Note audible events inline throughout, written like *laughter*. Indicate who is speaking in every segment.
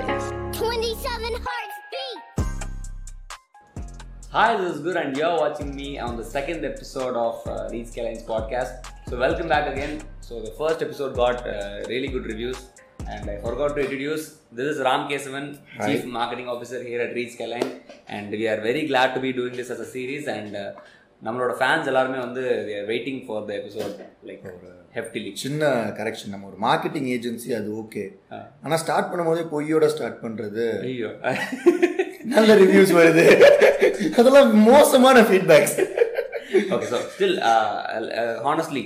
Speaker 1: 27 hearts beat.
Speaker 2: Hi, this is Gur, and you're watching me on the second episode of uh, Reach Skylines podcast. So, welcome back again. So, the first episode got uh, really good reviews, and I forgot to introduce this is Ram Kesavan, Chief Marketing Officer here at Reach Skyline, and we are very glad to be doing this as a series. And uh, நம்மளோட fans எல்லாருமே வந்து they are waiting for the episode like heftily.
Speaker 3: சின்ன correction நம்ம ஒரு marketing agency அது okay ஆனா start பண்ணும்போதே பொய்யோட ஸ்டார்ட் பண்றது
Speaker 2: *laughs* ஐயோ
Speaker 3: நல்ல ரிவ்யூஸ் வருது அதெல்லாம் மோசமான feedbacks
Speaker 2: okay so still uh, honestly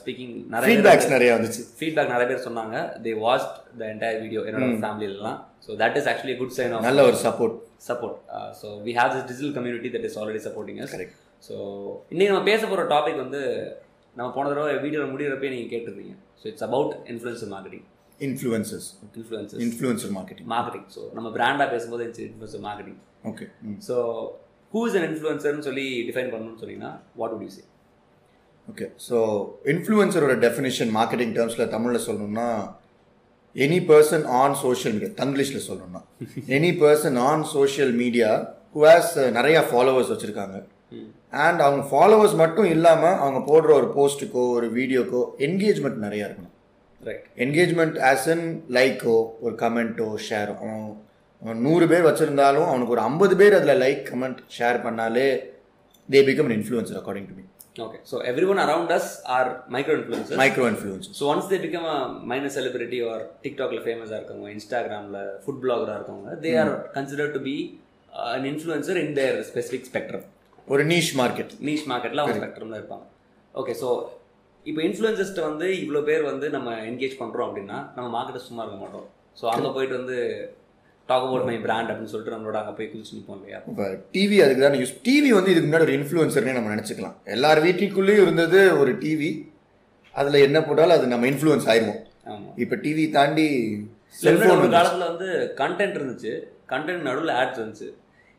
Speaker 2: speaking நிறைய
Speaker 3: ஃபீட்பேக்ஸ் நிறைய வந்துச்சு
Speaker 2: ஃபீட்பேக் நிறைய பேர் சொன்னாங்க they watch the entire video என்னோட ஃபேமிலியிலலாம் so that is actually good sign of
Speaker 3: நல்ல ஒரு support
Speaker 2: support so we have this digital community that is already supporting us so இன்னைக்கு நம்ம பேச போகிற டாபிக் வந்து நம்ம போன தடவை வீடியோவில் முடியிறப்பே நீங்கள் கேட்டிருக்கீங்க so it's about influencer marketing
Speaker 3: influences
Speaker 2: influencer
Speaker 3: influencer marketing
Speaker 2: marketing so நம்ம பிராண்டாக பேசும்போது it's influencer marketing
Speaker 3: okay
Speaker 2: so who is an இன்ஃப்ளூயன்சர்னு சொல்லி டிஃபைன் பண்ணணும்னு சொன்னீங்கன்னா what would you say
Speaker 3: okay so இன்ஃப்ளூயன்சரோட டெஃபினேஷன் மார்க்கெட்டிங் டேர்ம்ஸில் தமிழில் சொல்லணும்னா any person on social media தங்கிலீஷில் சொல்லணும்னா any person on social media who has நிறையா ஃபாலோவர்ஸ் வச்சுருக்காங்க அண்ட் அவங்க ஃபாலோவர்ஸ் மட்டும் இல்லாமல் அவங்க போடுற ஒரு போஸ்ட்டுக்கோ ஒரு வீடியோக்கோ என்கேஜ்மெண்ட் நிறையா இருக்கணும்
Speaker 2: ரைட்
Speaker 3: என்கேஜ்மெண்ட் ஆஸ் அன் லைக்கோ ஒரு கமெண்ட்டோ ஷேர் அவன் அவன் நூறு பேர் வச்சுருந்தாலும் அவனுக்கு ஒரு ஐம்பது பேர் அதில் லைக் கமெண்ட் ஷேர் பண்ணாலே they become influencer according to me
Speaker 2: okay so everyone around us are micro influencer
Speaker 3: micro influencer
Speaker 2: so once they become a minor celebrity or டிக்டாக்ல ஃபேமஸாக இருக்கவங்க இன்ஸ்டாகிராமில் ஃபுட் பிளாகராக இருக்கவங்க they are consider to be an influencer in their specific spectrum
Speaker 3: ஒரு niche market
Speaker 2: niche மார்க்கெட்டில் அவங்க ஸ்பெக்ட்ரமில் இருப்பாங்க ஓகே ஸோ இப்போ இன்ஃப்ளூயன்சர்ஸ்ட்டு வந்து இவ்வளோ பேர் வந்து நம்ம என்கேஜ் பண்ணுறோம் அப்படின்னா நம்ம மார்க்கெட்டை சும்மா இருக்க மாட்டோம் ஸோ அங்கே போயிட்டு வந்து டாக் அபவுட் மை பிராண்ட் அப்படின்னு சொல்லிட்டு நம்மளோட அங்கே போய் குளிச்சு நிற்போம் இல்லையா
Speaker 3: இப்போ டிவி அதுக்கு தானே யூஸ் டிவி வந்து இதுக்கு முன்னாடி ஒரு இன்ஃப்ளூயன்சர்னே நம்ம நினச்சிக்கலாம் எல்லார் வீட்டுக்குள்ளேயும் இருந்தது ஒரு டிவி அதில் என்ன போட்டாலும் அது நம்ம இன்ஃப்ளூயன்ஸ் ஆயிடுவோம்
Speaker 2: ஆமாம்
Speaker 3: இப்போ டிவி தாண்டி
Speaker 2: செல்ஃபோன்
Speaker 3: செல்ஃபோன்
Speaker 2: ஒரு காலத்தில் வந்து கண்டென்ட் இருந்துச்சு கண்டென்ட் நடுவில் ஆட்ஸ் இருந்துச்சு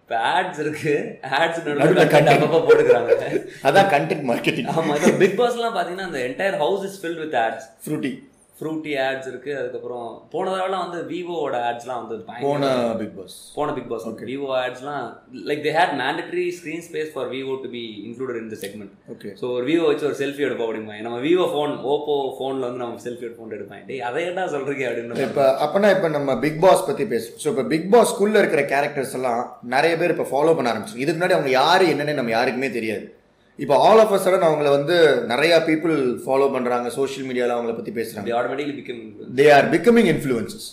Speaker 2: இப்போ ஆட்ஸ் இருக்கு ஆட்ஸ் நடுவில்
Speaker 3: நடுவுல
Speaker 2: கண்டென்ட் அப்பப்போ போட்டுக்கிறாங்க
Speaker 3: அதான் கண்டென்ட் மார்க்கெட்டிங்
Speaker 2: ஆமா இப்போ பிக் பாஸ்லாம் பாத்தீங்கன்னா அந்த entire house is filled with ads
Speaker 3: Frooti
Speaker 2: Frooti ads இருக்கு அதுக்கப்புறம் போன தடவைலாம் வந்து விவோட ஆட்ஸ்லாம் வந்து பயங்கர-
Speaker 3: போன பிக் பாஸ்
Speaker 2: போன பிக் பாஸ் விவோ ஆட்ஸ்லாம் like they had mandatory screen space for Vivo to be included in the segment
Speaker 3: okay
Speaker 2: so ஒரு விவோ வச்சு ஒரு செல்ஃபி எடுப்போம் அப்படிமா நம்ம விவோ ஃபோன் ஓப்போ ஃபோனில் வந்து நம்ம செல்ஃபி எடுப்போம் எடுப்பாங்க டேய் அதை என்ன சொல்றீங்க அப்படின்னு
Speaker 3: இப்போ அப்பனா இப்போ நம்ம பிக் பாஸ் பற்றி பேசுவோம் ஸோ இப்போ பிக் பாஸ்க்குள்ளே இருக்கிற கேரக்டர்ஸ் எல்லாம் நிறைய பேர் இப்போ ஃபாலோ பண்ண ஆரம்பிச்சு இதுக்கு முன்னாடி அவங்க யார் என்னன்னு நம்ம யாருக்குமே தெரியாது இப்போ ஆல் ஆஃப் சடன் அவங்கள வந்து நிறையா பீப்புள் ஃபாலோ பண்ணுறாங்க சோஷியல் மீடியாவில் அவங்கள பற்றி பேசுகிறாங்க
Speaker 2: automatically become
Speaker 3: they are becoming influences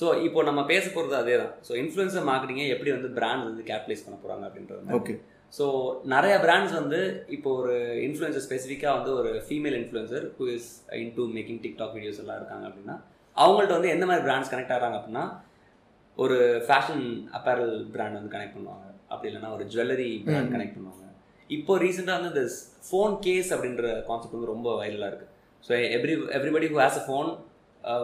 Speaker 2: so இப்போ நம்ம பேச போகிறது அதே தான் ஸோ இன்ஃப்ளூயன்சர் மார்க்கெட்டிங்கை எப்படி வந்து பிராண்ட்ஸ் வந்து கேபிடலைஸ் பண்ண போகிறாங்க அப்படின்றது
Speaker 3: Okay.
Speaker 2: ஸோ நிறைய பிராண்ட்ஸ் வந்து இப்போ ஒரு இன்ஃப்ளூயன்சர் ஸ்பெசிஃபிக்காக வந்து ஒரு female influencer who is into making TikTok videos எல்லாம் இருக்காங்க அப்படின்னா அவங்கள்ட்ட வந்து எந்த மாதிரி பிராண்ட்ஸ் கனெக்ட் ஆகிறாங்க அப்படின்னா ஒரு ஃபேஷன் அப்பேரல் பிராண்ட் வந்து கனெக்ட் பண்ணுவாங்க அப்படி இல்லைன்னா ஒரு ஜுவல்லரி பிராண்ட் கனெக்ட் பண்ணுவாங்க இப்போ ரீசெண்டாக வந்து இந்த ஃபோன் கேஸ் அப்படின்ற கான்செப்ட் வந்து ரொம்ப வைரலாக இருக்குது so every everybody who has a phone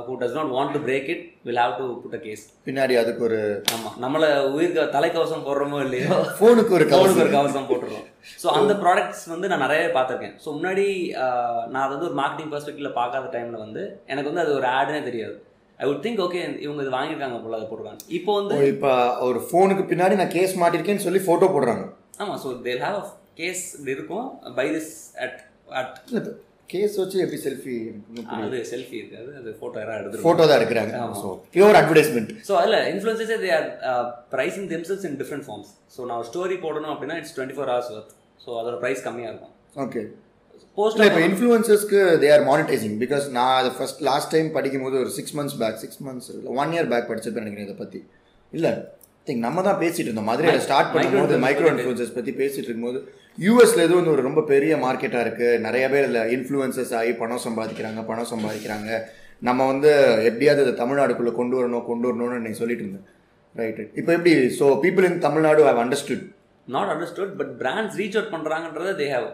Speaker 2: who does not want to break it will have to put a case
Speaker 3: பின்னாடி அதுக்கு ஒரு
Speaker 2: ஆமாம் நம்மளை உயிர்க்க தலைக்கவசம் போடுறோமோ
Speaker 3: *laughs*
Speaker 2: இல்லையோ
Speaker 3: ஃபோனுக்கு ஒரு
Speaker 2: கவர்ஸ் ஒரு
Speaker 3: கவர்
Speaker 2: கவசம் போட்டுருவோம் ஸோ அந்த ப்ராடக்ட்ஸ் வந்து நான் நிறைய பார்த்துருக்கேன் ஸோ முன்னாடி ஆஹ், நான் அது வந்து ஒரு மார்க்கெட்டிங் பெர்ஸ்பெக்டிவில் பார்க்காத டைமில் வந்து எனக்கு வந்து அது ஒரு ஆடுனே தெரியாது ஐ வுட் திங்க் ஓகே இவங்க இது வாங்கியிருக்காங்க போல அதை போட்டுருக்காங்க இப்போ வந்து
Speaker 3: இப்போ ஒரு ஃபோனுக்கு பின்னாடி நான் கேஸ் மாட்டிருக்கேன்னு சொல்லி ஃபோட்டோ போடுறாங்க
Speaker 2: ஆமாம் ஸோ தேல் ஹேவ் கேஸ் இது இருக்கும் by this at at
Speaker 3: case வச்சு எப்படி செல்ஃபி
Speaker 2: அது செல்ஃி இருக்காது அது ஃபோட்டோ யாராவது எடுத்துருவோம்
Speaker 3: ஃபோட்டோ தான் எடுக்கிறாங்க ஸோ இது ஒரு அட்வர்டைஸ்மெண்ட்
Speaker 2: ஸோ அதில் இன்ஃப்ளூன்சஸே they are pricing themselves in different forms so நான் ஒரு ஸ்டோரி போடணும் அப்படின்னா it's twenty four hours worth so அதோட ப்ரைஸ் கம்மியாக இருக்கும்
Speaker 3: ஓகே இல்லை
Speaker 2: போஸ்ட்
Speaker 3: இப்போ இன்ஃப்ளூயன்சஸ்க்கு தே ஆர் மானிட்டைசிங் பிகாஸ் நான் அதை ஃபர்ஸ்ட் லாஸ்ட் டைம் படிக்கும்போது ஒரு six months back six months இல்லை ஒன் இயர் பேக் படிச்சிருப்பேன் நினைக்கிறேன் இதை பற்றி இல்லை திங்க் நம்ம தான் பேசிட்டு இருந்தோம் மதுரையில் ஸ்டார்ட் பண்ணும்போது மைக்ரோ இன்ஃப்ளூயன்சஸ் பற்றி பேசிட்டு இருக்கும்போது யூஎஸ்ல எதுவும் வந்து ஒரு ரொம்ப பெரிய மார்க்கெட்டாக இருக்குது நிறைய பேர் இதில் இன்ஃப்ளூயன்சஸ் ஆகி பணம் சம்பாதிக்கிறாங்க பணம் சம்பாதிக்கிறாங்க நம்ம வந்து எப்படியாவது இதை தமிழ்நாடுக்குள்ளே கொண்டு வரணும் கொண்டு வரணும்னு நீ சொல்லிட்டு இருந்தேன் ரைட் இப்போ எப்படி so people in Tamil Nadu have understood
Speaker 2: not understood but brands reach out பண்றாங்கன்றத they have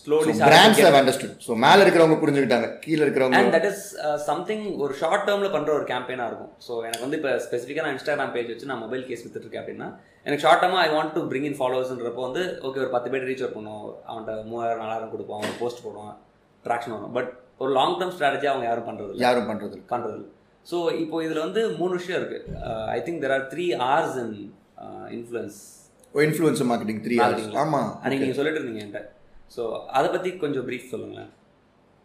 Speaker 2: slowly
Speaker 3: brands have understood so மேலே இருக்கிறவங்க புரிஞ்சுக்கிட்டாங்க கீழே இருக்கிறவங்க
Speaker 2: and that is something uh, ஒரு ஷார்ட் டேர்ம்ல பண்ற ஒரு கேம்பெயினா இருக்கும் ஸோ எனக்கு வந்து இப்போ ஸ்பெசிஃபிக்காக நான் இன்ஸ்டாகிராம் பேஜ் வச்சு நான் மொபைல் கேஸ் வித்துட்டு இருக்கேன் அப்படின்னா எனக்கு ஷார்ட் டேர்மா I want to bring in ஃபாலோவர்ஸ்ன்றப்போ வந்து ஓகே ஒரு பத்து பேர் ரீச் அவுட் பண்ணுவோம் அவன்கிட்ட மூவாயிரம் நாலாயிரம் கொடுப்போம் அவன் போஸ்ட் போடுவான் ட்ராக்ஷன் வரும் பட் ஒரு லாங் டேர்ம் ஸ்ட்ராட்டஜி அவங்க யாரும் பண்றது இல்ல
Speaker 3: யாரும் பண்ணுறது
Speaker 2: பண்றது ஸோ இப்போ இதில் வந்து மூணு விஷயம் Uh, இருக்குது I think there are three R's in uh, influence
Speaker 3: oh influencer marketing three hours
Speaker 2: Marketing.
Speaker 3: ஆமாம்
Speaker 2: அன்னைக்கு நீங்கள் சொல்லிட்டு இருந்தீங்க என்கிட்ட ஸோ அதை பற்றி கொஞ்சம் ப்ரீஃப் சொல்லுங்களேன்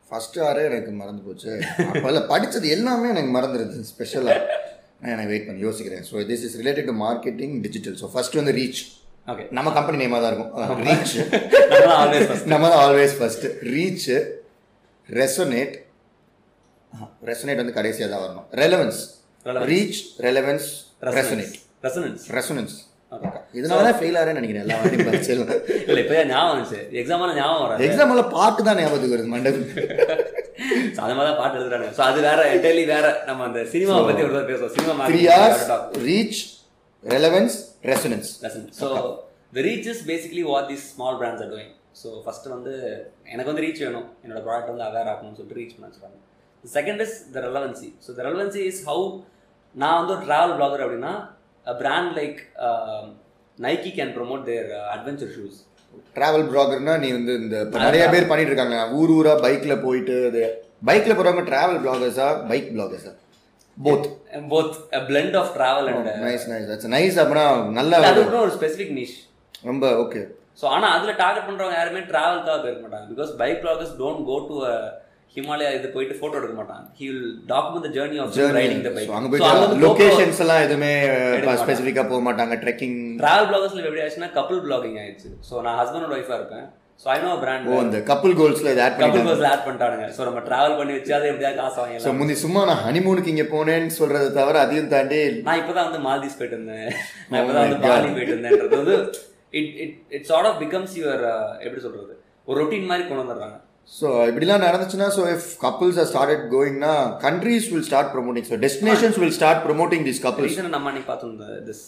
Speaker 3: ஃபர்ஸ்ட் ஆரே எனக்கு மறந்து போச்சு அப்போல்ல படித்தது எல்லாமே எனக்கு மறந்துடுது ஸ்பெஷலாக நான் எனக்கு வெயிட் பண்ணி யோசிக்கிறேன் so this is related to marketing digital so first வந்து ரீச்
Speaker 2: ஓகே
Speaker 3: நம்ம கம்பெனி நேமாக தான் இருக்கும் ரீச்
Speaker 2: ஆல்வேஸ்
Speaker 3: நம்ம தான் always first reach resonate resonate வந்து கடைசியாக தான் வரணும் relevance
Speaker 2: Relevance.
Speaker 3: Reach relevance resonate
Speaker 2: resonance resonance
Speaker 3: resonance இதனால தான் ஃபெயில் ஆகிறேன்னு நினைக்கிறேன் எல்லா வாட்டியும்
Speaker 2: *laughs*
Speaker 3: படிச்சதுல
Speaker 2: இல்லை இப்போ ஞாபகம் வந்துச்சு எக்ஸாமான ஞாபகம் வராது
Speaker 3: எக்ஸாம்பிள் பாட்டு தான் ஞாபகத்துக்கு வருது மண்டபம்
Speaker 2: So, அந்த மாதிரி தான் பாட்டு எழுதுறாங்க ஸோ அது வேற எட்டலி வேற நம்ம அந்த சினிமாவை பற்றி ஒரு தடவை பேசுவோம் cinema
Speaker 3: three R's reach relevance resonance
Speaker 2: lesson so the reach is basically what the small brands are doing so first வந்து எனக்கு வந்து ரீச் வேணும் என்னோட ப்ராடக்ட் வந்து அவேர் ஆகணும்னு சொல்லிட்டு ரீச் பண்ண வச்சுருக்காங்க second is the relevancy so the relevancy is how நான் வந்து ஒரு ட்ராவல் பிளாகர் அப்படின்னா brand like um, Nike can promote their adventure shoes
Speaker 3: travel பிளாகர்னா நீ வந்து இந்த இப்ப நிறைய பேர் பண்ணிட்டு இருக்காங்க ஊர் ஊரா பைக்ல போயிட்டு அது பைக்ல போறவங்க டிராவல் பிளாகர்ஸா பைக் பிளாகர்ஸா both
Speaker 2: both blend of travel and
Speaker 3: nice nice that's nice அப்படின்னா நல்லா
Speaker 2: அதுக்கப்புறம் ஒரு ஸ்பெசிஃபிக் niche
Speaker 3: ரொம்ப ஓகே
Speaker 2: ஸோ ஆனால் அதில் டார்கெட் பண்ணுறவங்க யாருமே ட்ராவல்காக போயிருக்க மாட்டாங்க because bike bloggers don't go to Himalaya uh, இது போயிட்டு ஃபோட்டோ எடுக்க மாட்டாங்க he will document the journey of riding the bike
Speaker 3: அங்க போயிட்டு லொகேஷன்ஸ் எல்லாம் எதுவுமே ஸ்பெசிஃபிக்கா போக மாட்டாங்க ட்ரெக்கிங்
Speaker 2: ட்ராவல் பிளாகர்ஸ்ல எப்படி ஆச்சுன்னா கப்புள் பிளாகிங் ஆயிடுச்சு ஸோ நான் ஹஸ்பண்ட் அண்ட் ஒய்ஃபாக இருப்பேன் so I know brand
Speaker 3: oh அந்த கப்புள் கோல்ஸ்ல இது ஆட்
Speaker 2: கப்புள்
Speaker 3: பண்ணிட்டாங்க
Speaker 2: பிளாக்ஸ்ல ஆட் பண்ணிட்டானுங்க ஸோ நம்ம ட்ராவல் பண்ணி வச்சு அதை எப்படியாவது காசு
Speaker 3: ஸோ
Speaker 2: வாங்கிடலாம்
Speaker 3: முந்தி சும்மா நான் ஹனிமூனுக்கு இங்க போனேன்னு சொல்றதை தவிர அதையும் தாண்டி
Speaker 2: நான் இப்பதான் வந்து மால்தீவ்ஸ் போயிட்டு இருந்தேன் நான்
Speaker 3: Oh
Speaker 2: இப்பதான்
Speaker 3: my
Speaker 2: வந்து
Speaker 3: God.
Speaker 2: பாலி போயிட்டு இருந்தேன்றது வந்து it it it sort of becomes your uh, எப்படி சொல்றது ஒரு ரொட்டீன் மாதிரி கொண்டு வந்துடுறாங்க
Speaker 3: ஸோ இப்படிலாம் நடந்துச்சுன்னா so if couples are started கோயிங்னா countries will start promoting so destinations will start promoting these couples
Speaker 2: reason நம்ம அன்னைக்கு பார்த்தோம் this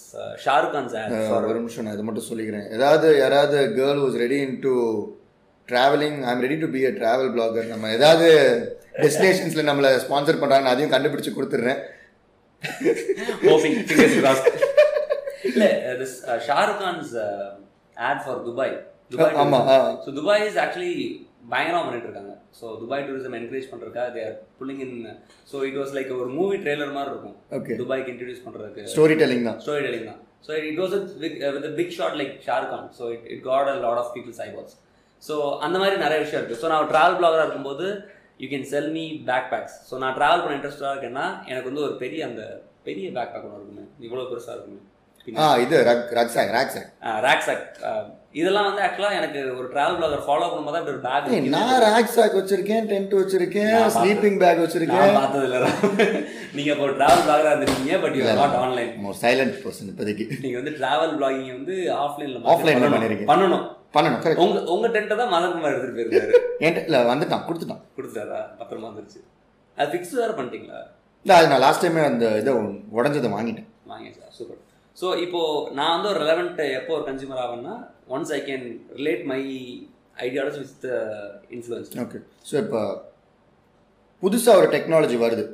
Speaker 2: Shahrukh Khan's ad
Speaker 3: Uh, ஒரு நிமிஷம் நான் இதை மட்டும் சொல்லிக்கிறேன் ஏதாவது யாராவது girl was ready in to travelling I'm ready to be a travel blogger நம்ம ஏதாவது டெஸ்டினேஷன்ஸில் நம்மளை ஸ்பான்சர் பண்ணுறாங்க நான் அதையும் கண்டுபிடிச்சு கொடுத்துட்றேன்
Speaker 2: ஹோப்பிங் ஃபிங்கர்ஸ் கிராஸ் இல்ல this Shahrukh Khan's ad for Dubai Dubai
Speaker 3: ஆமா,
Speaker 2: ஆமா
Speaker 3: ஆ.
Speaker 2: சோ துபாய் இஸ் ஆக்சுவலி பயங்கரமா பண்ணிட்டு இருக்காங்க சோ துபாய் டூரிசம் என்கரேஜ் பண்றதுக்காக they are pulling in so it was like ஒரு மூவி ட்ரெய்லர் மாதிரி இருக்கும்
Speaker 3: ஓகே
Speaker 2: துபாய்க்கு இன்ட்ரடியூஸ் பண்றதுக்கு
Speaker 3: ஸ்டோரி டெல்லிங் தான்
Speaker 2: ஸ்டோரி டெல்லிங் தான் so it was with big shot like Shahrukh Khan so it it got a lot of peoples I watch so அந்த மாதிரி நிறைய விஷயம் இருக்குது ஸோ நான் ட்ராவல் பிளாகராக இருக்கும்போது you can sell me back bags so நான் ட்ராவல் பண்ண இன்ட்ரெஸ்டாக இருக்கேன்னா எனக்கு வந்து ஒரு பெரிய அந்த பெரிய பேக் பேக் ஒன்று இருக்குமே இவ்வளோ பெருசாக இருக்குமே
Speaker 3: ஆ இது ruck rucksack rock chalk
Speaker 2: rack chalk இதெல்லாம் வந்து ஆக்சுவலாக எனக்கு ஒரு ட்ராவல் பிளாகர் ஃபாலோ பண்ணும்போது தான் இப்படி ஒரு
Speaker 3: ஏய்,
Speaker 2: பேக்
Speaker 3: நான் ராக் சாக் வச்சிருக்கேன் டென்ட் வச்சிருக்கேன்
Speaker 2: நான் பார்த்தேன்.
Speaker 3: ஸ்லீப்பிங் பேக் வச்சிருக்கேன்
Speaker 2: நான் பார்த்தது இல்லை நீங்கள் இப்போ ட்ராவல் பிளாகராக இருந்திருக்கீங்க பட் யூ நாட் ஆன்லைன்
Speaker 3: ஒரு சைலண்ட் பர்சன் இப்போதைக்கு
Speaker 2: நீங்கள் வந்து ட்ராவல் பிளாகிங் வந்து ஆஃப்லைனில்
Speaker 3: Offline ல பண்ணிருக்கீங்க.
Speaker 2: பண்ணணும்
Speaker 3: பண்ணணும் correct.
Speaker 2: உங்க உங்க டென்ட்டை தான் மதன்குமார் எடுத்துட்டு போயிருக்காரு
Speaker 3: என்கிட்ட இல்லை வந்துட்டான் கொடுத்துட்டான்
Speaker 2: கொடுத்துட்டாரா பத்திரமா வந்துருச்சு அது ஃபிக்ஸ் வேற பண்ணிட்டீங்களா
Speaker 3: இல்லை அது நான் லாஸ்ட் டைமே அந்த இதை உடஞ்சதை வாங்கிட்டேன்
Speaker 2: வாங்கியாச்சா சூப்பர் ஸோ இப்போ நான் வந்து ஒரு ரெலவெண்ட் எப்போ ஒரு கன்சியூமர் ஆவேன்னா once I can relate my ideology with influence
Speaker 3: okay so இப்போ புதுசாக ஒரு டெக்னாலஜி வருது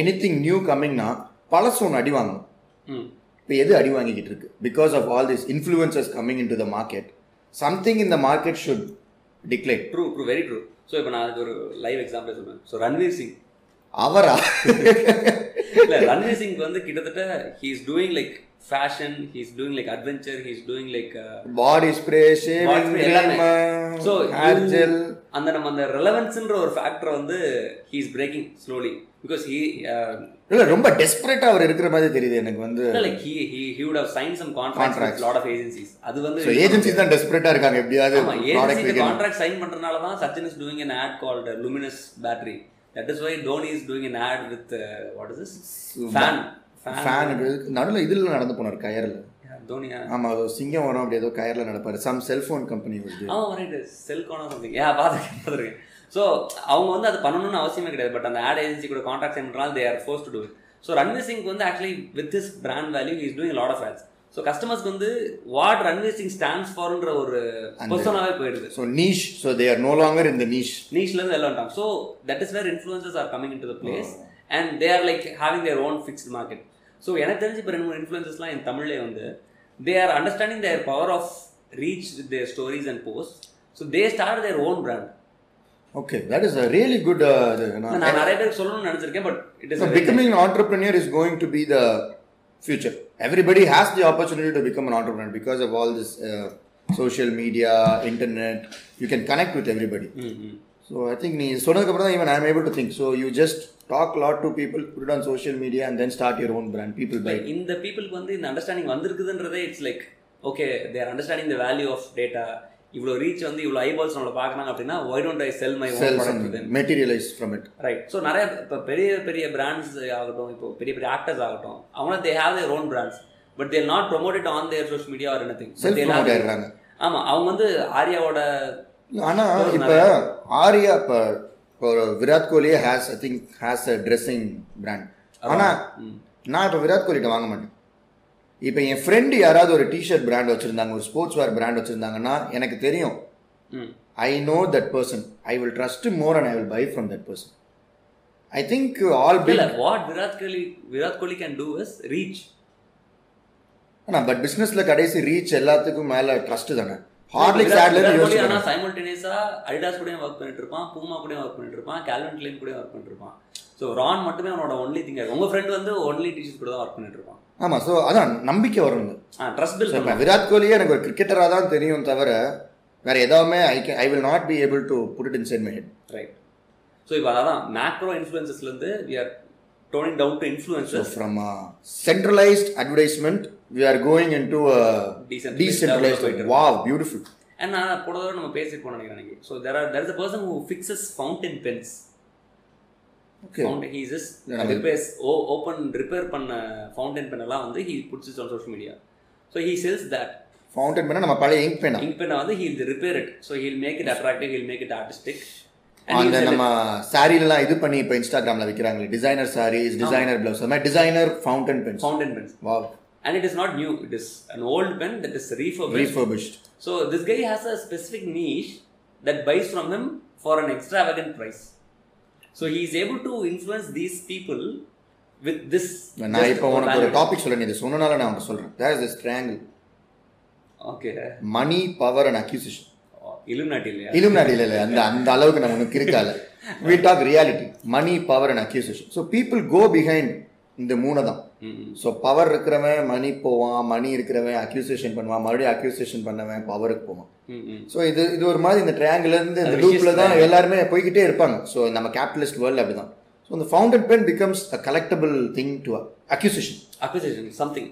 Speaker 3: எனி திங் நியூ கம்மிங்னா பழசு ஒன்று அடி வாங்கணும்
Speaker 2: ம்
Speaker 3: இப்போ எது அடி வாங்கிக்கிட்டு இருக்கு because of all this influences coming in to the market something இந்த market should decline
Speaker 2: true true very true so இப்போ நான் அதுக்கு ஒரு லைவ் எக்ஸாம்பிள் சொல்றேன் ஸோ ரன்வீர் சிங்
Speaker 3: அவரா
Speaker 2: இல்லை ரன்வீர் சிங் வந்து கிட்டத்தட்ட he is doing like fashion he is doing like adventure he is doing like
Speaker 3: body spray shaving
Speaker 2: Body spray எல்லாமே.
Speaker 3: கிரீம்
Speaker 2: ஸோ
Speaker 3: ஹேர் ஜெல்
Speaker 2: அந்த நம்ம அந்த ரெலவென்ஸ்ன்ற ஒரு ஃபேக்டரை வந்து he is breaking slowly because he
Speaker 3: இல்லை ரொம்ப டெஸ்பரேட்டாக அவர் இருக்கிற மாதிரி தெரியுது எனக்கு வந்து
Speaker 2: like he he he would have sign some contracts
Speaker 3: Contracts.
Speaker 2: With lot of agencies அது வந்து
Speaker 3: ஸோ ஏஜென்சிஸ் தான் டெஸ்பரேட்டாக இருக்காங்க எப்படியாவது
Speaker 2: ஆமா
Speaker 3: ப்ராடக்ட்
Speaker 2: ஏஜென்சி
Speaker 3: வைக்கணும்
Speaker 2: கான்ட்ராக்ட் சைன் பண்றனால தான் Sachin is doing an ad called luminous battery that is why Dhoni is doing an ad with uh, what is this fan
Speaker 3: fan நடுவில் இதில் நடந்து போனார் கயரில்
Speaker 2: தோனியா
Speaker 3: ஆமா அது ஒரு சிங்கம் வரும் அப்படி ஏதோ கயர்ல நடப்பாரு சம் செல்போன் கம்பெனி வருது
Speaker 2: ஆமா ரைட் செல்கோனா சம்திங் ஏன் பார்த்துருக்கேன் பார்த்துருக்கேன் ஸோ அவங்க வந்து அது பண்ணணும்னு அவசியமே கிடையாது பட் அந்த ஆட் ஏஜென்சி கூட கான்ட்ராக்ட் சைன் பண்ணுறாங்க they are force to do it so Ranveer Singh வந்து actually with his brand value is doing lot of ads so கஸ்டமர்ஸ்க்கு வந்து வாட் ரன்வீர் சிங் ஸ்டாண்ட்ஸ் ஃபார்ன்ற ஒரு பர்சனாவே போயிடுது
Speaker 3: so niche so they are no longer இந்த நீஷ்
Speaker 2: நீஷ்ல இருந்து எல்லாம் வந்துட்டாங்க so that is where influences are coming in to the place
Speaker 3: Oh.
Speaker 2: And they are like having their own fixed market so எனக்கு தெரிஞ்சு இப்போ ரெண்டு மூணு இன்ஃப்ளூயன்சஸ்லாம் என் தமிழ்லே வந்து they are understanding their power of reach with their stories and post so they start their own brand
Speaker 3: oh okay that is really good
Speaker 2: நான் நிறைய பேருக்கு சொல்லணும்னு நினைச்சிருக்கேன் but it
Speaker 3: eh, So Ah. becoming an entrepreneur is going to be the future. Everybody has the opportunity to become an entrepreneur because of all this uh, social media, internet. You can connect with everybody.
Speaker 2: Is
Speaker 3: So I think நீ சொன்னதுக்கு அப்புறம் தான் even I'm able to think. So you just talk a lot to people, put it on social media and then start your own brand. People buy.
Speaker 2: Like, இந்த பீப்புளுக்கு வந்து இந்த understanding வந்திருக்குதுன்றதே it's like okay there understanding the value of data இவ்வளோ reach வந்து இவ்வளோ eyeballs நம்மள பார்க்குறாங்க அப்படின்னா why don't I sell my
Speaker 3: Sell
Speaker 2: own product
Speaker 3: something. Materialize from it.
Speaker 2: Right so நிறைய இப்போ பெரிய பெரிய பிராண்ட்ஸ் ஆகட்டும் இப்போ பெரிய பெரிய ஆக்டர்ஸ் ஆகட்டும் அவங்க they have their own brands but they're not promoted on their social media or any
Speaker 3: Self promote
Speaker 2: thing
Speaker 3: ஆயிடுறாங்க
Speaker 2: ஆமா அவங்க வந்து ஆர்யாவோட
Speaker 3: ஆனா
Speaker 2: ஒரு
Speaker 3: இப்ப ஆரியா இப்ப இப்போ விராட் கோலியே has I think has a dressing brand ஆனா
Speaker 2: ம்,
Speaker 3: நான் இப்போ விராட் கோலிட்ட வாங்க மாட்டேன் இப்போ என் ஃப்ரெண்டு யாராவது ஒரு டிஷர்ட் பிராண்ட் வச்சுருந்தாங்க ஒரு ஸ்போர்ட்ஸ் வேர் பிராண்ட் வச்சுருந்தாங்கன்னா எனக்கு தெரியும்
Speaker 2: ம்
Speaker 3: I know that person I will trust more and I will buy from that person I think all bill
Speaker 2: இல்ல what Virat Kohli Virat Kohli can do is reach
Speaker 3: ஆனால் பட் பிஸ்னஸில் கடைசி ரீச் எல்லாத்துக்கும் மேலே ட்ரஸ்ட் தானே ஹார்லிக்ஸ் ஆட்லேருந்து
Speaker 2: ஆனா
Speaker 3: யோசிச்சு
Speaker 2: சைமல்டேனியஸா அடிடாஸ் கூடயும் ஒர்க் பண்ணிட்டு இருப்பான் பூமா கூடயும் ஒர்க் பண்ணிட்டு இருப்பான் கால்வன் கிளைன் கூடயும் ஒர்க் பண்ணிட்டு இருப்பான் சோ ரான் மட்டுமே அவனோட ஒன்லி திங் உங்க ஃப்ரெண்ட் வந்து ஒன்லி டீச்சர்ஸ் கூட தான் ஒர்க் பண்ணிட்டு இருப்பான்
Speaker 3: ஆமாம் ஸோ அதான் நம்பிக்கை வரணும்
Speaker 2: ஆ ட்ரஸ்ட் பில்
Speaker 3: So, இப்ப விராட் கோலியே எனக்கு ஒரு கிரிக்கெட்டராக தான் தெரியும் தவிர வேற எதாவுமே I can I will not be able to put it in sent my head
Speaker 2: right so இப்போ அதான் மேக்ரோ இன்ஃப்ளூயன்சஸ்ல இருந்து we are toning down to
Speaker 3: So
Speaker 2: influences
Speaker 3: from a centralized advertisement, we are going into a
Speaker 2: Decentralized
Speaker 3: decentralized.
Speaker 2: development.
Speaker 3: Wow, beautiful.
Speaker 2: And நான் போன தடவை நம்ம பேசிருப்போம் நினைக்கிறேன் அன்னைக்கு so there are there is a person who fixes fountain pens
Speaker 3: Okay.
Speaker 2: Fountain he is
Speaker 3: Yeah, I-
Speaker 2: repairs O open repair பண்ண fountain pen எல்லாம் வந்து he puts it on social media so he sells that
Speaker 3: fountain பண்ண நம்ம பழைய ink பேனா
Speaker 2: ink பெண்ணை வந்து he'll repair it so he'll make it attractive he'll make it artistic
Speaker 3: அந்த நம்ம சாரீலாம் இது பண்ணி இப்போ இன்ஸ்டாகிராமில் விற்கிறாங்களே டிசைனர் சாரீஸ் டிசைனர் பிளவுஸ் அந்த மாதிரி designer fountain pens
Speaker 2: fountain pens
Speaker 3: வா
Speaker 2: and it is not new it is an old pen that is refurbish
Speaker 3: refurbished
Speaker 2: So this guy has a specific niche that buys from him for an extravagant price. So he is able to influence these people with this.
Speaker 3: நான்
Speaker 2: just
Speaker 3: இப்போ உனக்கு ஒரு
Speaker 2: value.
Speaker 3: Topic சொல்ல நீ இதை சொன்னனால நான் உனக்கு சொல்கிறேன் there is triangle
Speaker 2: Okay.
Speaker 3: Money power and acquisition
Speaker 2: Oh, Illuminati இல்லையா?
Speaker 3: இலும் நாடு இல்லை அந்த அந்த அளவுக்கு நம்ம ஒன்றும் இருக்காது we talk reality money power and acquisition so people go behind இந்த மூணு தான்
Speaker 2: ம்,
Speaker 3: ஸோ பவர் இருக்கிறவன் மணி போவான் மணி இருக்கிறவன் அக்யூசியேஷன் பண்ணுவான் மறுபடியும் அக்யூசியேஷன் பண்ணவன் பவருக்கு போவான்
Speaker 2: ம், ம்.
Speaker 3: ஸோ இது இது ஒரு மாதிரி இந்த triangle ல இருந்து இந்த
Speaker 2: அது
Speaker 3: லூப்ல
Speaker 2: vicious
Speaker 3: தான்
Speaker 2: triangle.
Speaker 3: எல்லாருமே போய்க்கிட்டே இருப்பாங்க ஸோ நம்ம கேபிட்டலிஸ்ட் வேர்ல்டு அப்படிதான் ஸோ இந்த fountain pen becomes a collectable thing to acquisition
Speaker 2: Acquisition, something.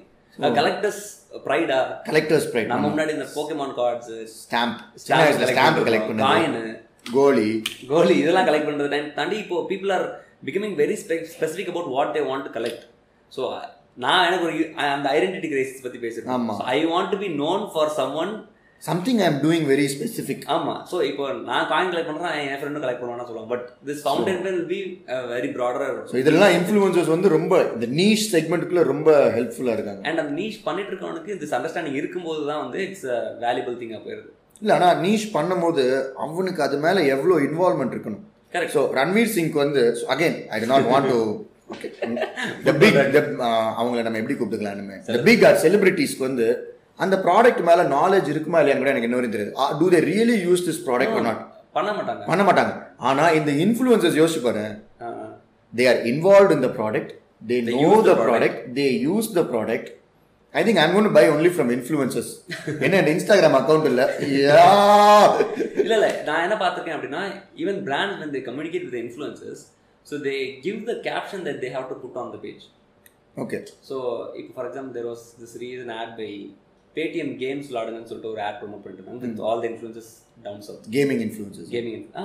Speaker 2: A collector's pride ஆ?
Speaker 3: கலெக்டர்ஸ் ப்ரைட்
Speaker 2: நம்ம முன்னாடி இந்த Pokemon cards,
Speaker 3: stamp
Speaker 2: stamp
Speaker 3: stamp
Speaker 2: collect
Speaker 3: collect
Speaker 2: பண்றோம்,
Speaker 3: பண்ணுவாங்க
Speaker 2: coin,
Speaker 3: கோலி
Speaker 2: கோலி இதெல்லாம் கலெக்ட் பண்ணுறது டைம் தாண்டி இப்போ people are becoming very specific about what they want to collect so நான் எனக்கு ஒரு I- அந்த ஐடென்டிட்டி கிரைசிஸ் பற்றி பேசுகிறேன்
Speaker 3: ஆமா.
Speaker 2: I want to be known for some one
Speaker 3: something I am doing very specific
Speaker 2: ஆமாம் ஸோ இப்போ நான் காயின் கலெக்ட் பண்ணுறேன் என் ஃப்ரெண்டும் கலெக்ட் பண்ணுவான்னு சொல்லுவாங்க but this fountain will be very ப்ராடராக
Speaker 3: ஸோ இதெல்லாம் இன்ஃப்ளூயன்சர்ஸ் வந்து ரொம்ப இந்த நீஷ் செக்மெண்ட்டுக்குள்ள ரொம்ப ஹெல்ப்ஃபுல்லாக இருக்காங்க
Speaker 2: அண்ட் அந்த நீஷ் பண்ணிட்டு இருக்கவனுக்கு this அண்டர்ஸ்டாண்டிங் இருக்கும்போது தான் வந்து இட்ஸ் வேல்யூபிள் திங்காக போயிருது
Speaker 3: இல்லை ஆனால் நீஷ் பண்ணும்போது அவனுக்கு அது மேலே எவ்வளோ இன்வால்மெண்ட் இருக்கணும்
Speaker 2: கரெக்ட்
Speaker 3: ஸோ ரன்வீர் சிங்க்கு வந்து again I do not want to the big uh, அவங்கள நம்ம எப்படி கூப்பிட்டுக்கலாம் நம்ம த பிக் ஆர் செலிபிரிட்டிஸ்க்கு வந்து அந்த ப்ராடக்ட் மேலே நாலேஜ் இருக்குமா இல்லையான்னு கூட எனக்கு இன்னொரு தெரியாது Uh, do they really use this product not
Speaker 2: பண்ண மாட்டாங்க
Speaker 3: பண்ண மாட்டாங்க ஆனால் இந்த இன்ஃப்ளூயன்சஸ் யோசிச்சு பாரு
Speaker 2: ஆ, ஆ.
Speaker 3: They are involve in the product they
Speaker 2: They
Speaker 3: know
Speaker 2: use the
Speaker 3: the product they use the product I think I'm gonna buy only from
Speaker 2: *laughs*
Speaker 3: influencers என்ன இன்ஸ்டாகிராம் அக்கௌண்ட் இல்லை யா
Speaker 2: இல்ல இல்ல நான் என்ன பார்த்திருக்கேன் அப்படின்னா even brand when they communicate with the influencers so they give the caption that they have to put on the page
Speaker 3: okay
Speaker 2: so இப்போ for example there was this recent ad by Paytm games விளாடுங்கன்னு சொல்லிட்டு ஒரு ad promote பண்ணிட்டு இருந்தாங்க with all the influencers down south
Speaker 3: gaming influences
Speaker 2: gaming ஆ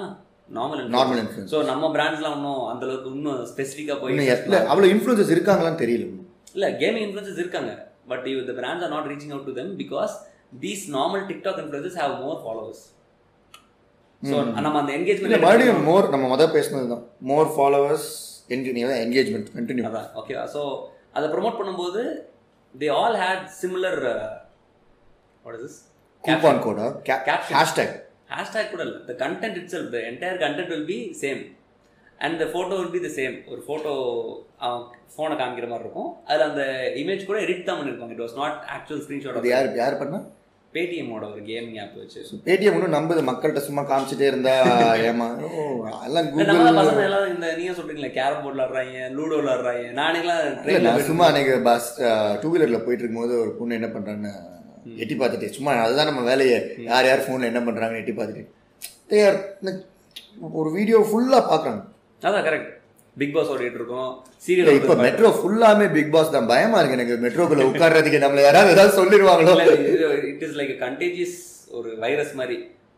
Speaker 2: normal
Speaker 3: normal influence
Speaker 2: so நம்ம பிராண்ட்ஸ்லாம் இன்னும் அந்த அளவுக்கு இன்னும் ஸ்பெசிஃபிக்காக போய்
Speaker 3: இல்ல அவ்வளோ இன்ஃப்ளூயன்சஸ் இருக்காங்களான்னு தெரியல
Speaker 2: Oh, இல்ல கேமிங் இன்ஃப்ளூயன்சஸ் இருக்காங்க but even the brands are not reaching out to them because these normal TikTok influences have more followers so நம்ம அந்த
Speaker 3: இல்ல
Speaker 2: என்கேஜ்மெண்ட்
Speaker 3: மறுபடியும் மோர் நம்ம முத பேசினது தான் மோர் ஃபாலோவர்ஸ் என்கேஜ்மெண்ட் கண்டினியூ
Speaker 2: அதான் ஓகேவா ஸோ அதை ப்ரோமோட் பண்ணும்போது they all had similar what is this
Speaker 3: coupon கோடா
Speaker 2: Caption.
Speaker 3: ஹேஷ்டேக்
Speaker 2: ஹேஷ்டேக் கூட இல்லை the content itself the entire content will be same and the photo will be the same ஒரு photo ஃபோனை காமிக்கிற மாதிரி இருக்கும் அதில் அந்த இமேஜ் கூட எடிட் தான் பண்ணியிருப்பாங்க it was not actual screenshot
Speaker 3: அது யார் யார் பண்ணா
Speaker 2: பேடிஎம்மோட ஒரு கேமிங் ஆப் வச்சு
Speaker 3: பேடிஎம் ஒன்றும் நம்புது மக்கள்கிட்ட சும்மா காமிச்சிட்டே இருந்தா ஏமா ஓ, எல்லாம்
Speaker 2: இல்ல, நம்ம பசங்க
Speaker 3: கூகுள்
Speaker 2: எல்லாம் இந்த நீங்க சொல்றீங்களா கேரம் போர்டு விளாடுறாங்க லூடோ விளாடுறாங்க
Speaker 3: இல்ல நான் சும்மா
Speaker 2: நானுங்களாம்
Speaker 3: அன்னைக்கு பஸ் டூ வீலர்ல போயிட்டு இருக்கும்போது ஒரு பொண்ணு என்ன பண்றான்னு எட்டி பார்த்துட்டு சும்மா அதுதான் நம்ம வேலையே யார் யார் ஃபோன்ல என்ன பண்றாங்கன்னு எட்டி பார்த்துட்டு They are, like, ஒரு வீடியோ ஃபுல்லா பாக்குறாங்க
Speaker 2: அதான் கரெக்ட் பிக் பாஸ் ஓடிட்டு இருக்கோம்
Speaker 3: இல்ல இப்ப
Speaker 2: சீரியல்
Speaker 3: மெட்ரோ ஃபுல்லாமே பிக் பாஸ் தான் பயமா இருக்கு எனக்கு மெட்ரோக்குள்ள உட்கார்றதுக்கு நம்மள யாராவது ஏதாவது சொல்லிடுவாங்களோ
Speaker 2: இட் இஸ் லைக் கண்டேஜியஸ் ஒரு வைரஸ் மாதிரி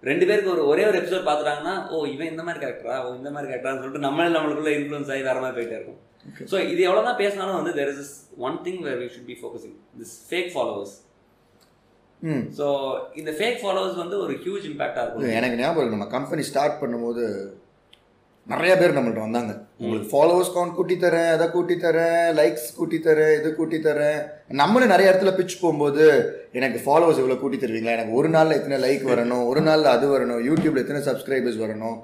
Speaker 2: ரெண்டு பேருக்கு ஒரு ஒரே ஒரு எபிசோட் பாத்துட்டாங்கன்னா ஓ இவன் இந்த மாதிரி கேரக்டரா ஓ இந்த மாதிரி கேரக்டரான்னு சொல்லிட்டு நம்மளே நம்மளுக்குள்ள இன்ஃப்ளூயன்ஸ் ஆகி வேற மாதிரி போயிட்டே இருக்கும் ஸோ இது எவ்வளோ தான் பேசினாலும் வந்து there is this one thing where we should be focusing this fake followers
Speaker 3: ம்.
Speaker 2: ஸோ இந்த ஃபேக் ஃபாலோவர்ஸ் வந்து ஒரு ஹியூஜ் இம்பாக்டாக இருக்கும்
Speaker 3: எனக்கு ஞாபகம் இருக்கு நம்ம கம்பெனி ஸ்டார்ட் பண்ணும்போது நிறைய பேர் நம்மள்ட்ட வந்தாங்க உங்களுக்கு ஃபாலோவர்ஸ் கவுண்ட் கூட்டி தரேன் அதை கூட்டி தரேன் லைக்ஸ் கூட்டி தரேன் இது கூட்டி தரேன் நம்மளும் நிறைய இடத்துல பிச் போகும்போது எனக்கு ஃபாலோவர்ஸ் இவ்வளோ கூட்டி தருவீங்களா எனக்கு ஒரு நாளில் இத்தனை லைக் வரணும் ஒரு நாளில் அது வரணும் யூடியூப்ல இத்தனை சப்ஸ்கிரைபர்ஸ் வரணும்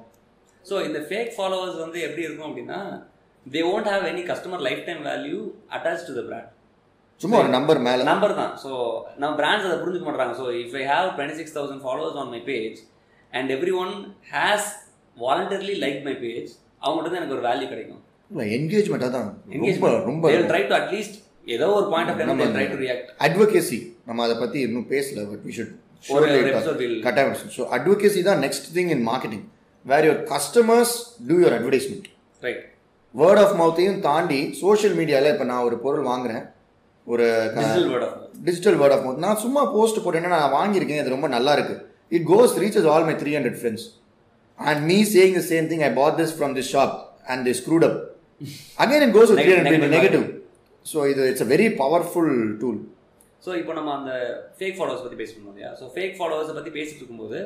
Speaker 2: ஸோ இந்த ஃபேக் ஃபாலோவர்ஸ் வந்து எப்படி இருக்கும் அப்படின்னா they won't have any customer lifetime value attach to the brand
Speaker 3: சும்மா ஒரு நம்பர் மேலே
Speaker 2: நம்பர் தான் ஸோ நம்ம பிராண்ட்ஸ் அதை புரிஞ்சுக்க மாட்டாங்க so if I have twenty six thousand followers on my page and everyone has voluntarily like my page அவங்கள்ட்ட இருந்து எனக்கு ஒரு வேல்யூ கிடைக்கும்
Speaker 3: என்கேஜ்மெண்ட்டாக தான் ரொம்ப
Speaker 2: என்கேஜ்
Speaker 3: ரொம்ப
Speaker 2: ட்ரை டு அட்லீஸ்ட் ஏதோ ஒரு point of time try to react
Speaker 3: advocacy நம்ம அதை பற்றி இன்னும் பேசல பட் வி ஷுட்
Speaker 2: ஒரு எபிசோட் வில்
Speaker 3: கட்டாயம் ஸோ அட்வொகேசி தான் next thing in marketing where your customers do your advertisement
Speaker 2: right
Speaker 3: word of மவுத்தையும் தாண்டி சோஷியல் மீடியாவில் இப்போ நான் ஒரு பொருள் வாங்குறேன் ஒரு
Speaker 2: digital word of
Speaker 3: digital word of mouth நான் சும்மா போஸ்ட் போட்டேன்னா நான் வாங்கியிருக்கேன் இது ரொம்ப நல்லா இருக்கு it goes reaches all my three hundred friends and me saying the same thing I bought this from this shop and this screwed up again it cos
Speaker 2: *laughs*
Speaker 3: three
Speaker 2: Negative,
Speaker 3: hundred
Speaker 2: negative.
Speaker 3: Negative so இது it's a very powerful tool
Speaker 2: so இப்போ நம்ம அந்த fake followers பற்றி பேசணும் இல்லையா so fake ஃபாலோவர்ஸை பற்றி பேசிட்டு இருக்கும்போது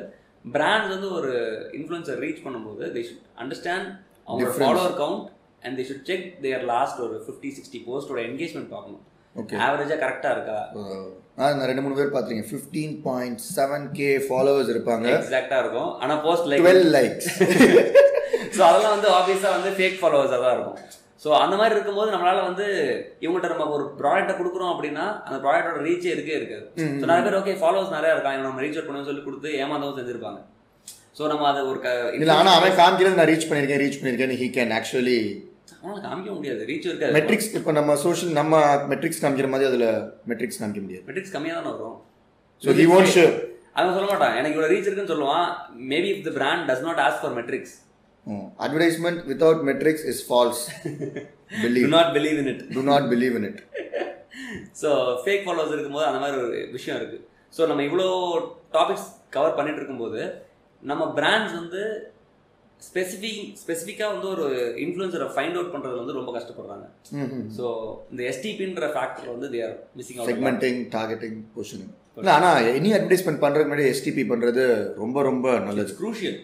Speaker 2: பிராண்ட்ஸ் வந்து ஒரு இன்ஃப்ளூயன்சர் ரீச் பண்ணும்போது தே ஷுட் அண்டர்ஸ்டாண்ட் அவங்களோட
Speaker 3: Difference.
Speaker 2: Follower count and they should check their last ஒரு ஃபிஃப்டி சிக்ஸ்டி போஸ்டோட என்கேஜ்மெண்ட் பார்க்கணும்
Speaker 3: Okay.
Speaker 2: ஆவரேஜாக கரெக்டாக இருக்கா
Speaker 3: நான் ரெண்டு மூணு பேர் பார்த்துருக்கேன் fifteen point seven K followers இருப்பாங்க
Speaker 2: எக்ஸாக்டாக இருக்கும் ஆனால் post like
Speaker 3: twelve likes
Speaker 2: so அதெல்லாம் வந்து ஆப்வியஸாக வந்து ஃபேக் ஃபாலோவர்ஸாக தான் இருக்கும் ஸோ அந்த மாதிரி இருக்கும்போது நம்மளால வந்து இவங்கள்ட்ட நம்ம ஒரு ப்ராடக்ட்டை கொடுக்குறோம் அப்படின்னா அந்த ப்ராடக்ட்டோட ரீச்சே இருக்கே இருக்காது ஸோ நிறைய பேர் ஓகே ஃபாலோவர்ஸ் நிறையா இருக்காங்க இவனை நம்ம ரீச் அவுட் பண்ணணும்னு சொல்லி கொடுத்து ஏமாந்தவும் செஞ்சிருப்பாங்க ஸோ நம்ம அதை ஒரு க
Speaker 3: இல்லை ஆனால் அவன் காமிக்கிறது நான் ரீச் பண்ணியிருக்கேன் ரீச் பண்ணியிருக்கேன் ஹீ கேன் ஆக்சுவலி
Speaker 2: அவனால காமிக்க முடியாது ரீச் இருக்காது
Speaker 3: மெட்ரிக்ஸ் இப்போ நம்ம சோஷியல் நம்ம மெட்ரிக்ஸ் காமிக்கிற மாதிரி அதில் மெட்ரிக்ஸ் காமிக்க முடியாது
Speaker 2: மெட்ரிக்ஸ் கம்மியாக தானே வரும்
Speaker 3: ஸோ ஹி ஓன்ட் ஷோ
Speaker 2: அவன் சொல்ல மாட்டான் எனக்கு இவ்வளோ ரீச் இருக்குன்னு சொல்லுவான் maybe if the brand does not ask for metrics
Speaker 3: advertisement without metrics is false
Speaker 2: to
Speaker 3: believe
Speaker 2: not believe in it
Speaker 3: to not believe in it
Speaker 2: so fake followers இருக்கும்போது அந்த மாதிரி ஒரு விஷயம் இருக்குது ஸோ நம்ம இவ்வளோ டாபிக்ஸ் கவர் பண்ணிட்டு இருக்கும்போது நம்ம பிராண்ட்ஸ் வந்து ஸ்பெசிஃபிக் ஸ்பெசிஃபிக்காக வந்து ஒரு இன்ஃப்ளூயன்சரை ஃபைண்ட் அவுட் பண்ணுறதுல வந்து ரொம்ப கஷ்டப்படுறாங்க
Speaker 3: Mm-hmm.
Speaker 2: ஸோ இந்த எஸ்டிபின்ற ஃபேக்டர் வந்து they're missing out
Speaker 3: segmenting targeting positioning இல்லை ஆனால் எனி அட்வர்டைஸ்மெண்ட் பண்ணுறதுக்கு முன்னாடி எஸ்டிபி பண்ணுறது ரொம்ப ரொம்ப நல்லது
Speaker 2: க்ரூஷியல்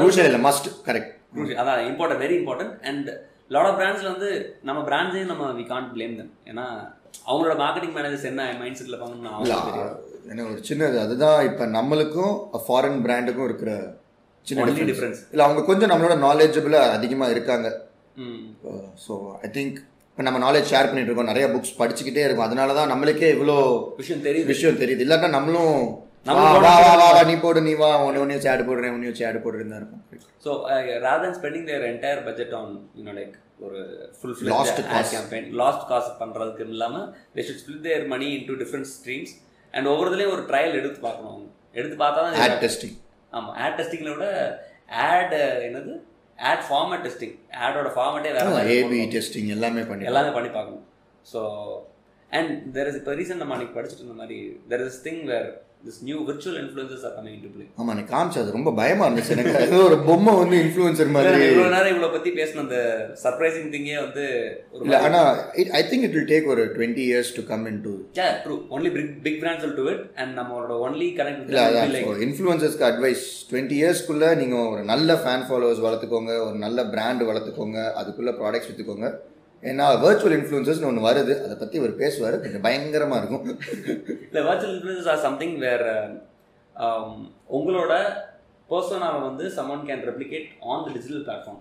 Speaker 3: க்ரூஷியல் இல்லை மஸ்ட் கரெக்ட்
Speaker 2: க்ரூஷியல் அதான் important very important and lot of பிராண்ட்ஸில் வந்து நம்ம பிராண்ட்ஸையும் நம்ம வி கான்ட் பிளேம் தம் ஏன்னா அவங்களோட மார்க்கெட்டிங் மேனேஜர்ஸ் என்ன மைண்ட் செட்டில் பண்ணணும்னு
Speaker 3: இல்லை
Speaker 2: அவங்களுக்கு தெரியும்
Speaker 3: எனக்கு ஒரு சின்னது அதுதான் இப்போ நம்மளுக்கும் ஃபாரின் பிராண்டுக்கும் இருக்கிற சின்ன
Speaker 2: Only
Speaker 3: டிஃப்ரென்ஸ்
Speaker 2: difference.
Speaker 3: இல்லை அவங்க கொஞ்சம் நம்மளோட நாலேஜபிளாக அதிகமாக இருக்காங்க
Speaker 2: ம்
Speaker 3: ஸோ ஐ திங்க் இப்போ நம்ம நாலேஜ் ஷேர் பண்ணிட்டு இருக்கோம் நிறைய புக்ஸ் படிச்சுக்கிட்டே இருக்கும் அதனால தான் நம்மளுக்கே இவ்வளோ
Speaker 2: விஷயம் தெரியுது
Speaker 3: விஷயம் தெரியுது இல்லாட்டா நம்மளும் வா,
Speaker 2: நம்மளும்
Speaker 3: வா வா வா வா நீ போடு நீ வா ஒன்று ஒன்றையும் சேடு போடுறேன் ஒன்றையும் சேடு போடுறேன் தான் இருக்கும்
Speaker 2: so rather than spending their entire budget on you know like ஒரு full
Speaker 3: Lost
Speaker 2: ad
Speaker 3: cost.
Speaker 2: campaign lost cost பண்ணுறதுக்கு இல்லாமல் they should split their money into different streams and ஒவ்வொருதுலேயும் ஒரு ட்ரையல் எடுத்து பார்க்கணும் அவங்க எடுத்து பார்த்தா
Speaker 3: ஆட்
Speaker 2: தான்
Speaker 3: டெஸ்டிங்
Speaker 2: ஆமாம் ஆட் டெஸ்டிங்கில் விட ஆட் என்னது ஆட் ஃபார்மேட் டெஸ்டிங் ஆடோட ஃபார்மேட்டே வேற மாதிரி
Speaker 3: ஏபி
Speaker 2: இருக்கும்.
Speaker 3: டெஸ்டிங் எல்லாமே பண்ணிடலாம்
Speaker 2: எல்லாமே பண்ணி பார்க்கணும் ஸோ அண்ட் தெர் இஸ் இப்போ ரீசெண்ட் நம்ம அன்னைக்கு படிச்சுட்டு இருந்த மாதிரி there is thing where this new virtual influencers are coming to play
Speaker 3: ஆமாம் எனக்கு காமிச்சு அது ரொம்ப பயமாக இருந்துச்சு எனக்கு ஏதோ ஒரு பொம்மை வந்து இன்ஃப்ளூயன்சர் மாதிரி
Speaker 2: இவ்வளோ நேரம் இவ்வளோ பற்றி பேசின அந்த சர்ப்ரைசிங் திங்கே வந்து ஒரு
Speaker 3: இல்லை ஆனால் it I think it will take ஒரு twenty years to come in to
Speaker 2: yeah through only big big brands will do it and நம்மளோட ஒன்லி கனெக்ட்
Speaker 3: இல்லை அதான் இன்ஃப்ளூயன்சஸ்க்கு அட்வைஸ் டுவெண்ட்டி இயர்ஸ்க்குள்ளே நீங்கள் ஒரு நல்ல ஃபேன் ஃபாலோவர்ஸ் வளர்த்துக்கோங்க ஒரு நல்ல பிராண்ட் வளர்த்துக்கோங்க அதுக்குள்ளே ப்ராடக்ட்ஸ் விற்றுக்கோங்க ஏன்னா வர்ச்சுவல் இன்ஃப்ளூயன்சஸ்னு ஒன்று வருது அதை பற்றி இவர் பேசுவார் கொஞ்சம் பயங்கரமாக இருக்கும்
Speaker 2: இல்லை virtual influencers are something where um, உங்களோட பர்சனாவை வந்து someone can replicate on the digital platform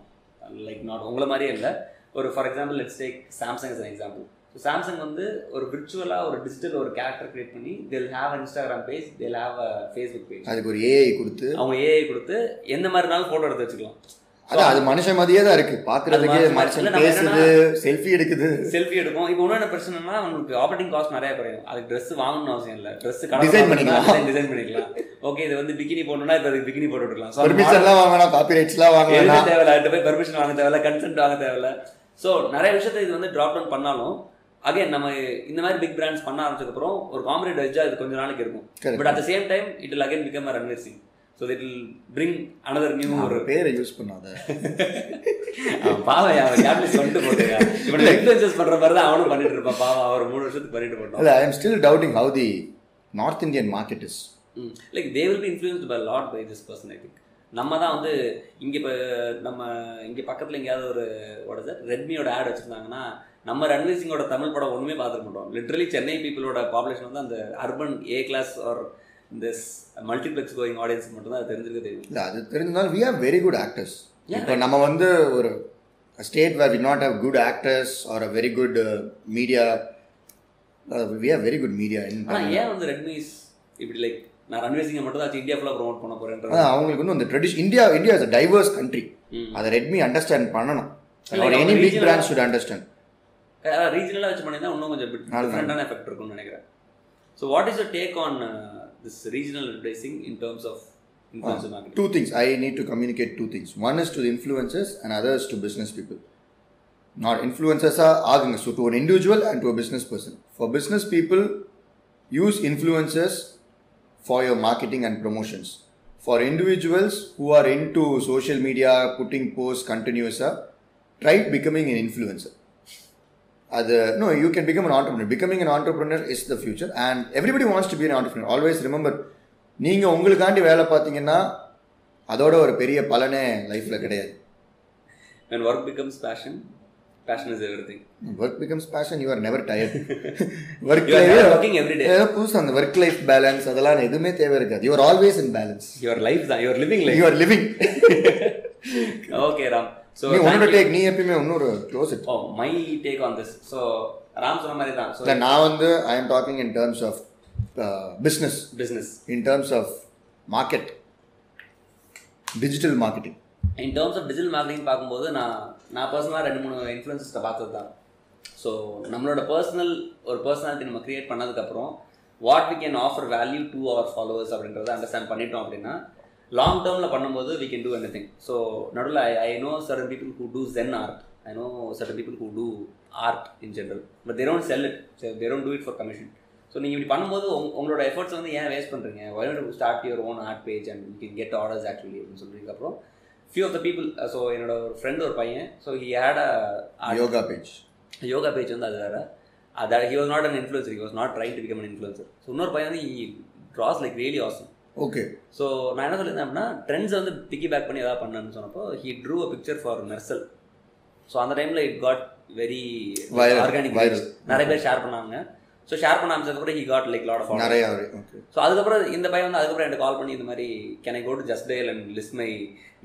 Speaker 2: like not உங்களை மாதிரியே இல்லை ஒரு for example let's take Samsung as an example so Samsung வந்து ஒரு விர்ச்சுவலாக ஒரு டிஜிட்டல் ஒரு கேரக்டர் கிரியேட் பண்ணி they'll have Instagram page they'll have Facebook page
Speaker 3: அதுக்கு ஒரு ஏஐ கொடுத்து
Speaker 2: அவங்க ஏஐ கொடுத்து எந்த மாதிரினாலும் ஃபோட்டோ எடுத்து வச்சுக்கலாம்
Speaker 3: அது அது மனுஷன் மாதிரியே தான் இருக்கு பாக்குறதுக்கே
Speaker 2: அது மனுஷன்
Speaker 3: மனுஷன்
Speaker 2: நம்ம
Speaker 3: பேசுது செல்ஃபி எடுக்குது
Speaker 2: செல்ஃபி எடுக்கும் இப்போ ஒன்றும் என்ன பிரச்சனைனா அவங்களுக்கு ஆப்ரேட்டிங் காஸ்ட் நிறைய குறையும் அதுக்கு ட்ரெஸ் வாங்கணும்னு அவசியம் இல்லை ட்ரெஸ்
Speaker 3: Design பண்ணிக்கலாம்.
Speaker 2: டிசைன் பண்ணிக்கலாம் ஓகே இது வந்து பிகினி போடணும்னா இப்போ அதுக்கு பிகினி போட்டு விட்டுக்கலாம் So,
Speaker 3: பெர்மிஷன் எல்லாம் வாங்கலாம் காப்பி எல்லாம்
Speaker 2: எழுத
Speaker 3: வாங்கலாம்
Speaker 2: தேவையில்ல அடுத்த போய் பெர்மிஷன் வாங்க தேவையில்ல கன்சென்ட் வாங்க தேவையில்ல ஸோ நிறைய விஷயத்தை இது வந்து ட்ராப் டவுன் பண்ணாலும் அகைன் நம்ம இந்த மாதிரி பிக் பிராண்ட்ஸ் பண்ண ஆரம்பிச்சதுக்கப்புறம் ஒரு காம்பரேட் எஜ்ஜாக இது கொஞ்ச நாளைக்கு இருக்கும்
Speaker 3: Correct.
Speaker 2: But at same time it will again become a Ranveer Singh so it will bring another new ஒரு
Speaker 3: ஒரு பேரை யூஸ் பண்ணாத
Speaker 2: அவன் பாவம் அவன் கேபிள் சொல்லிட்டு போட்டுங்க இவன் இன்ஃபுளுசஸ் பண்ற மாதிரி தான் அவனும் பண்ணிட்டு இருப்பான் பாவம் அவர் மூணு வருஷத்துக்கு பண்ணிட்டு போட்டோம்
Speaker 3: இல்ல I am still doubting how the north Indian market is
Speaker 2: like they will be influenced by lot by this person I think நம்ம தான் வந்து இங்கே இப்போ நம்ம இங்கே பக்கத்தில் எங்கேயாவது ஒரு what is it ரெட்மியோட ஆட் வச்சுருந்தாங்கன்னா நம்ம ரன்வீர் சிங்கோட தமிழ் படம் ஒன்றுமே பார்த்துருக்க மாட்டோம் லிட்ரலி சென்னை பீப்புளோட பாப்புலேஷன் வந்து அந்த அர்பன் ஏ கிளாஸ் ஆர் இந்த மல்டிப்ளெக்ஸ் கோயிங் ஆடியன்ஸ் மட்டும் தான் அது தெரிஞ்சிருக்க தெரியும்
Speaker 3: இல்ல அது தெரிஞ்சாலும் we are very good actors இப்போ நம்ம வந்து ஒரு state where we not how good actors are a very good media we are very good media
Speaker 2: ஆனால் ஏன் வந்து ரெட்மிஸ் இப்படி லைக் நான் ரன்வீர் சிங்கை மட்டும் தான் இந்தியா ஃபுல்லாக ப்ரோமோட் பண்ண போகிறேன்றது
Speaker 3: அதான் அவங்களுக்கு வந்து அந்த tradition India India is diverse country
Speaker 2: ம்.
Speaker 3: அதை ரெட்மி அண்டர்ஸ்டாண்ட் பண்ணணும்
Speaker 2: இல்ல,
Speaker 3: Or any
Speaker 2: அவங்க
Speaker 3: big
Speaker 2: regional-
Speaker 3: brand should understand
Speaker 2: அதாவது ரீஜனலாக வச்சு பண்ணியிருந்தா இன்னும் கொஞ்சம்
Speaker 3: நல்லா
Speaker 2: டிஃப்ரெண்டான எஃபெக்ட் இருக்கும்னு நினைக்கிறேன் so what is your take on this regional advertising in terms of influencer market
Speaker 3: Ah, two things i need to communicate two things one is to the influencers and other is to business people not influencers are ஆகுங்க so to an individual and to a business person for business people use influencers for your marketing and promotions for individuals who are into social media putting posts continuous try becoming an influencer அது no you can become an entrepreneur becoming an entrepreneur is the future and everybody wants to be an entrepreneur always remember நீங்கள் உங்களுக்காண்டி வேலை பார்த்தீங்கன்னா அதோட ஒரு பெரிய பலனே லைஃப்பில் கிடையாது
Speaker 2: when work becomes passion passion is everything
Speaker 3: work becomes passion you're never tired work
Speaker 2: you are
Speaker 3: life
Speaker 2: working every day
Speaker 3: ஏதோ புதுசு அந்த ஒர்க் லைஃப் பேலன்ஸ் அதெல்லாம் எதுவுமே தேவை இருக்காது you're always in balance
Speaker 2: your life தான் your living life
Speaker 3: you're living
Speaker 2: okay Ram so
Speaker 3: *laughs* நீ உன்னோட டேக் நீ எப்பயுமே இன்னொரு close it
Speaker 2: oh my take on this so Ram சொன்ன மாதிரி தான் ஸோ
Speaker 3: இல்லை நான் வந்து I am talking in terms of business
Speaker 2: business
Speaker 3: in terms of market digital marketing
Speaker 2: in terms of digital marketing பார்க்கும்போது நான் நான் பர்சனலாக ரெண்டு மூணு இன்ஃப்ளூயன்சஸ்ட்டை பார்த்தது தான் ஸோ நம்மளோட பர்சனல் ஒரு பர்சனாலிட்டி நம்ம கிரியேட் பண்ணதுக்கப்புறம் what we can offer value to our followers அப்படின்றத அண்டர்ஸ்டாண்ட் பண்ணிட்டோம் அப்படின்னா லாங் டேர்மில் பண்ணும்போது we can do anything so நடுவில் I I know certain people who do gen art I know certain people who do art in general but they don't sell it they don't do it for commission so நீங்கள் இப்படி பண்ணும்போது உங்க- உங்களோட efforts வந்து ஏன் waste பண்ணுறீங்க why start your own art page and you can get orders actually அப்படின்னு சொல்றதுக்கப்புறம் few of the people so uh, என்னோட ஒரு ஃப்ரெண்ட் ஒரு பையன் so he had a
Speaker 3: yoga page
Speaker 2: yoga page வந்து அது வேற அது he was not an influencer he was not trying to become an influencer so இன்னொரு பையன் வந்து he draws like really awesome
Speaker 3: okay
Speaker 2: so நான் என்ன சொல்லியிருந்தேன் அப்படின்னா ட்ரெண்ட்ஸை வந்து பிக்கி பேக் பண்ணி எதாவது பண்ணேன்னு சொன்னப்போ he drew a picture for நர்சல் ஸோ அந்த டைமில் it got very
Speaker 3: Viral,
Speaker 2: organic
Speaker 3: viral.
Speaker 2: நிறைய பேர் ஷேர் பண்ணாங்க ஸோ ஷேர் பண்ண ஆரம்பிச்சதுக்கப்புறம் he got like lot of
Speaker 3: நிறையா ஓகே
Speaker 2: ஸோ அதுக்கப்புறம் இந்த பையன் வந்து அதுக்கப்புறம் எனக்கு கால் பண்ணி இந்த மாதிரி can I go to just Dale and list my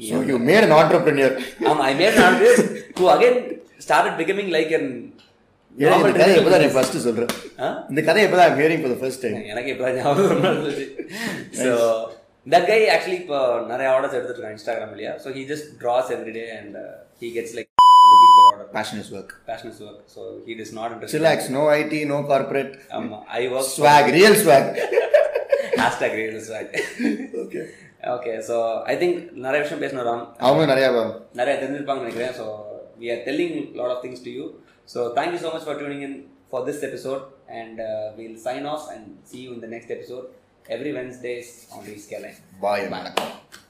Speaker 3: so you made an entrepreneur
Speaker 2: ஆமா I made not who again start becoming like an
Speaker 3: ஏன்னா இந்த கதையை இப்பதான் நீ ஃபர்ஸ்ட் சொல்றேன் இந்த கதையை இப்பதான் I'm hearing for the first time
Speaker 2: எனக்கு இப்போ ஞாபகம் ரொம்ப நாள் இருந்துச்சு ஸோ தட் கை ஆக்சுவலி இப்போ நிறைய ஆர்டர்ஸ் எடுத்துட்டு இருக்கான் இன்ஸ்டாகிராம் இல்லையா so he just draws everyday and he gets like rupees per order
Speaker 3: passion is work
Speaker 2: passion is work so he is not interest
Speaker 3: chillax no IT no corporate
Speaker 2: ஆமா I work
Speaker 3: swag real swag
Speaker 2: hashtag reels
Speaker 3: okay
Speaker 2: *laughs* okay so I think நிறைய விஷயம் பேசணும் ராம்
Speaker 3: அவங்களும் நிறைய
Speaker 2: நிறைய தெரிஞ்சிருப்பாங்கன்னு நினைக்கிறேன் so we are telling lot of things to you so thank you so much for tuning in for this episode and will sign off and see you in the next episode every Wednesdays on ரீஸ் கேலைன்
Speaker 3: bye வணக்கம்